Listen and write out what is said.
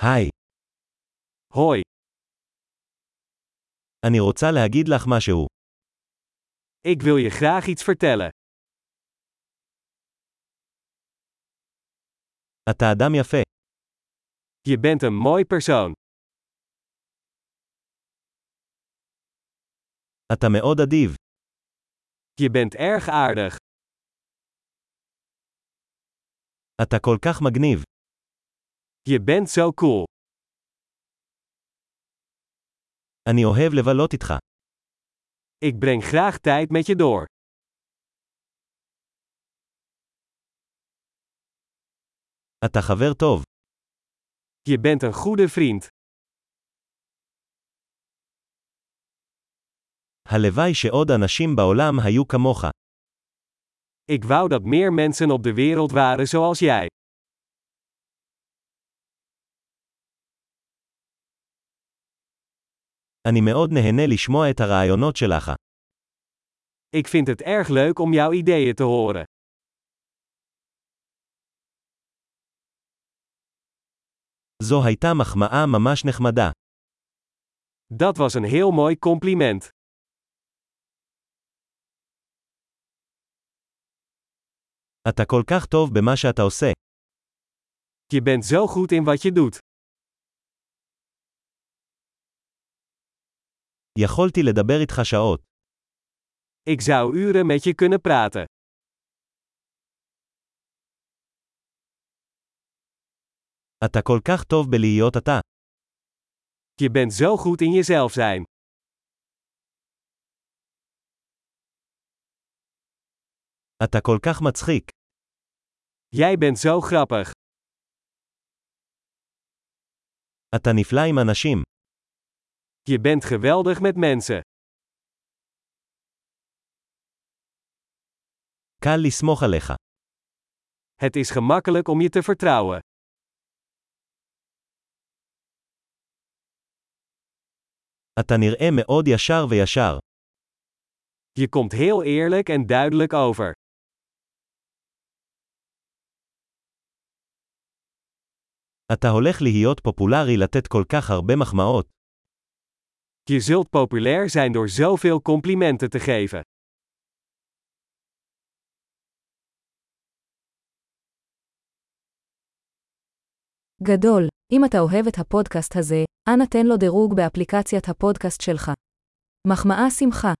היי, Hoi, אני רוצה להגיד לך משהו. ik wil je graag iets vertellen. אתה אדם יפה. Je bent een mooi persoon. אתה מאוד אדיב. Je bent erg aardig. אתה כל כך מגניב. Je bent zo cool. אני אוהב לבלות איתך. Ik breng graag tijd met je door. אתה חבר טוב. Je bent een goede vriend. הלוואי שעוד אנשים בעולם היו כמוך. Ik wou dat meer mensen op de wereld waren zoals jij. אני מאוד נהנה לשמוע את הרעיונות שלך. Ik vind het erg leuk om jouw ideeën te horen. זו הייתה מחמאה ממש נחמדה. Dat was een heel mooi compliment. אתה כל כך טוב במה שאתה עושה. Je bent zo goed in wat je doet. יכולתי לדבר איתך שעות. Ik zou uren met je kunnen praten. אתה כל כך טוב בלהיות אתה. Je bent zo goed in jezelf zijn. אתה כל כך מצחיק. Jij bent zo grappig. אתה נפלא עם אנשים. Je bent geweldig met mensen. קל לסמוך עליך. Het is gemakkelijk om je te vertrouwen. אתה נראה מאוד ישר וישר. Je komt heel eerlijk en duidelijk over. אתה הולך להיות פופולרי לתת כל כך הרבה מחמאות. Je zult populair zijn door zoveel complimenten te geven. גדול, אם אתה אוהב את הפודקאסט הזה, אנא תן לו דירוג באפליקציית הפודקאסט שלך. מחמאה שמחה.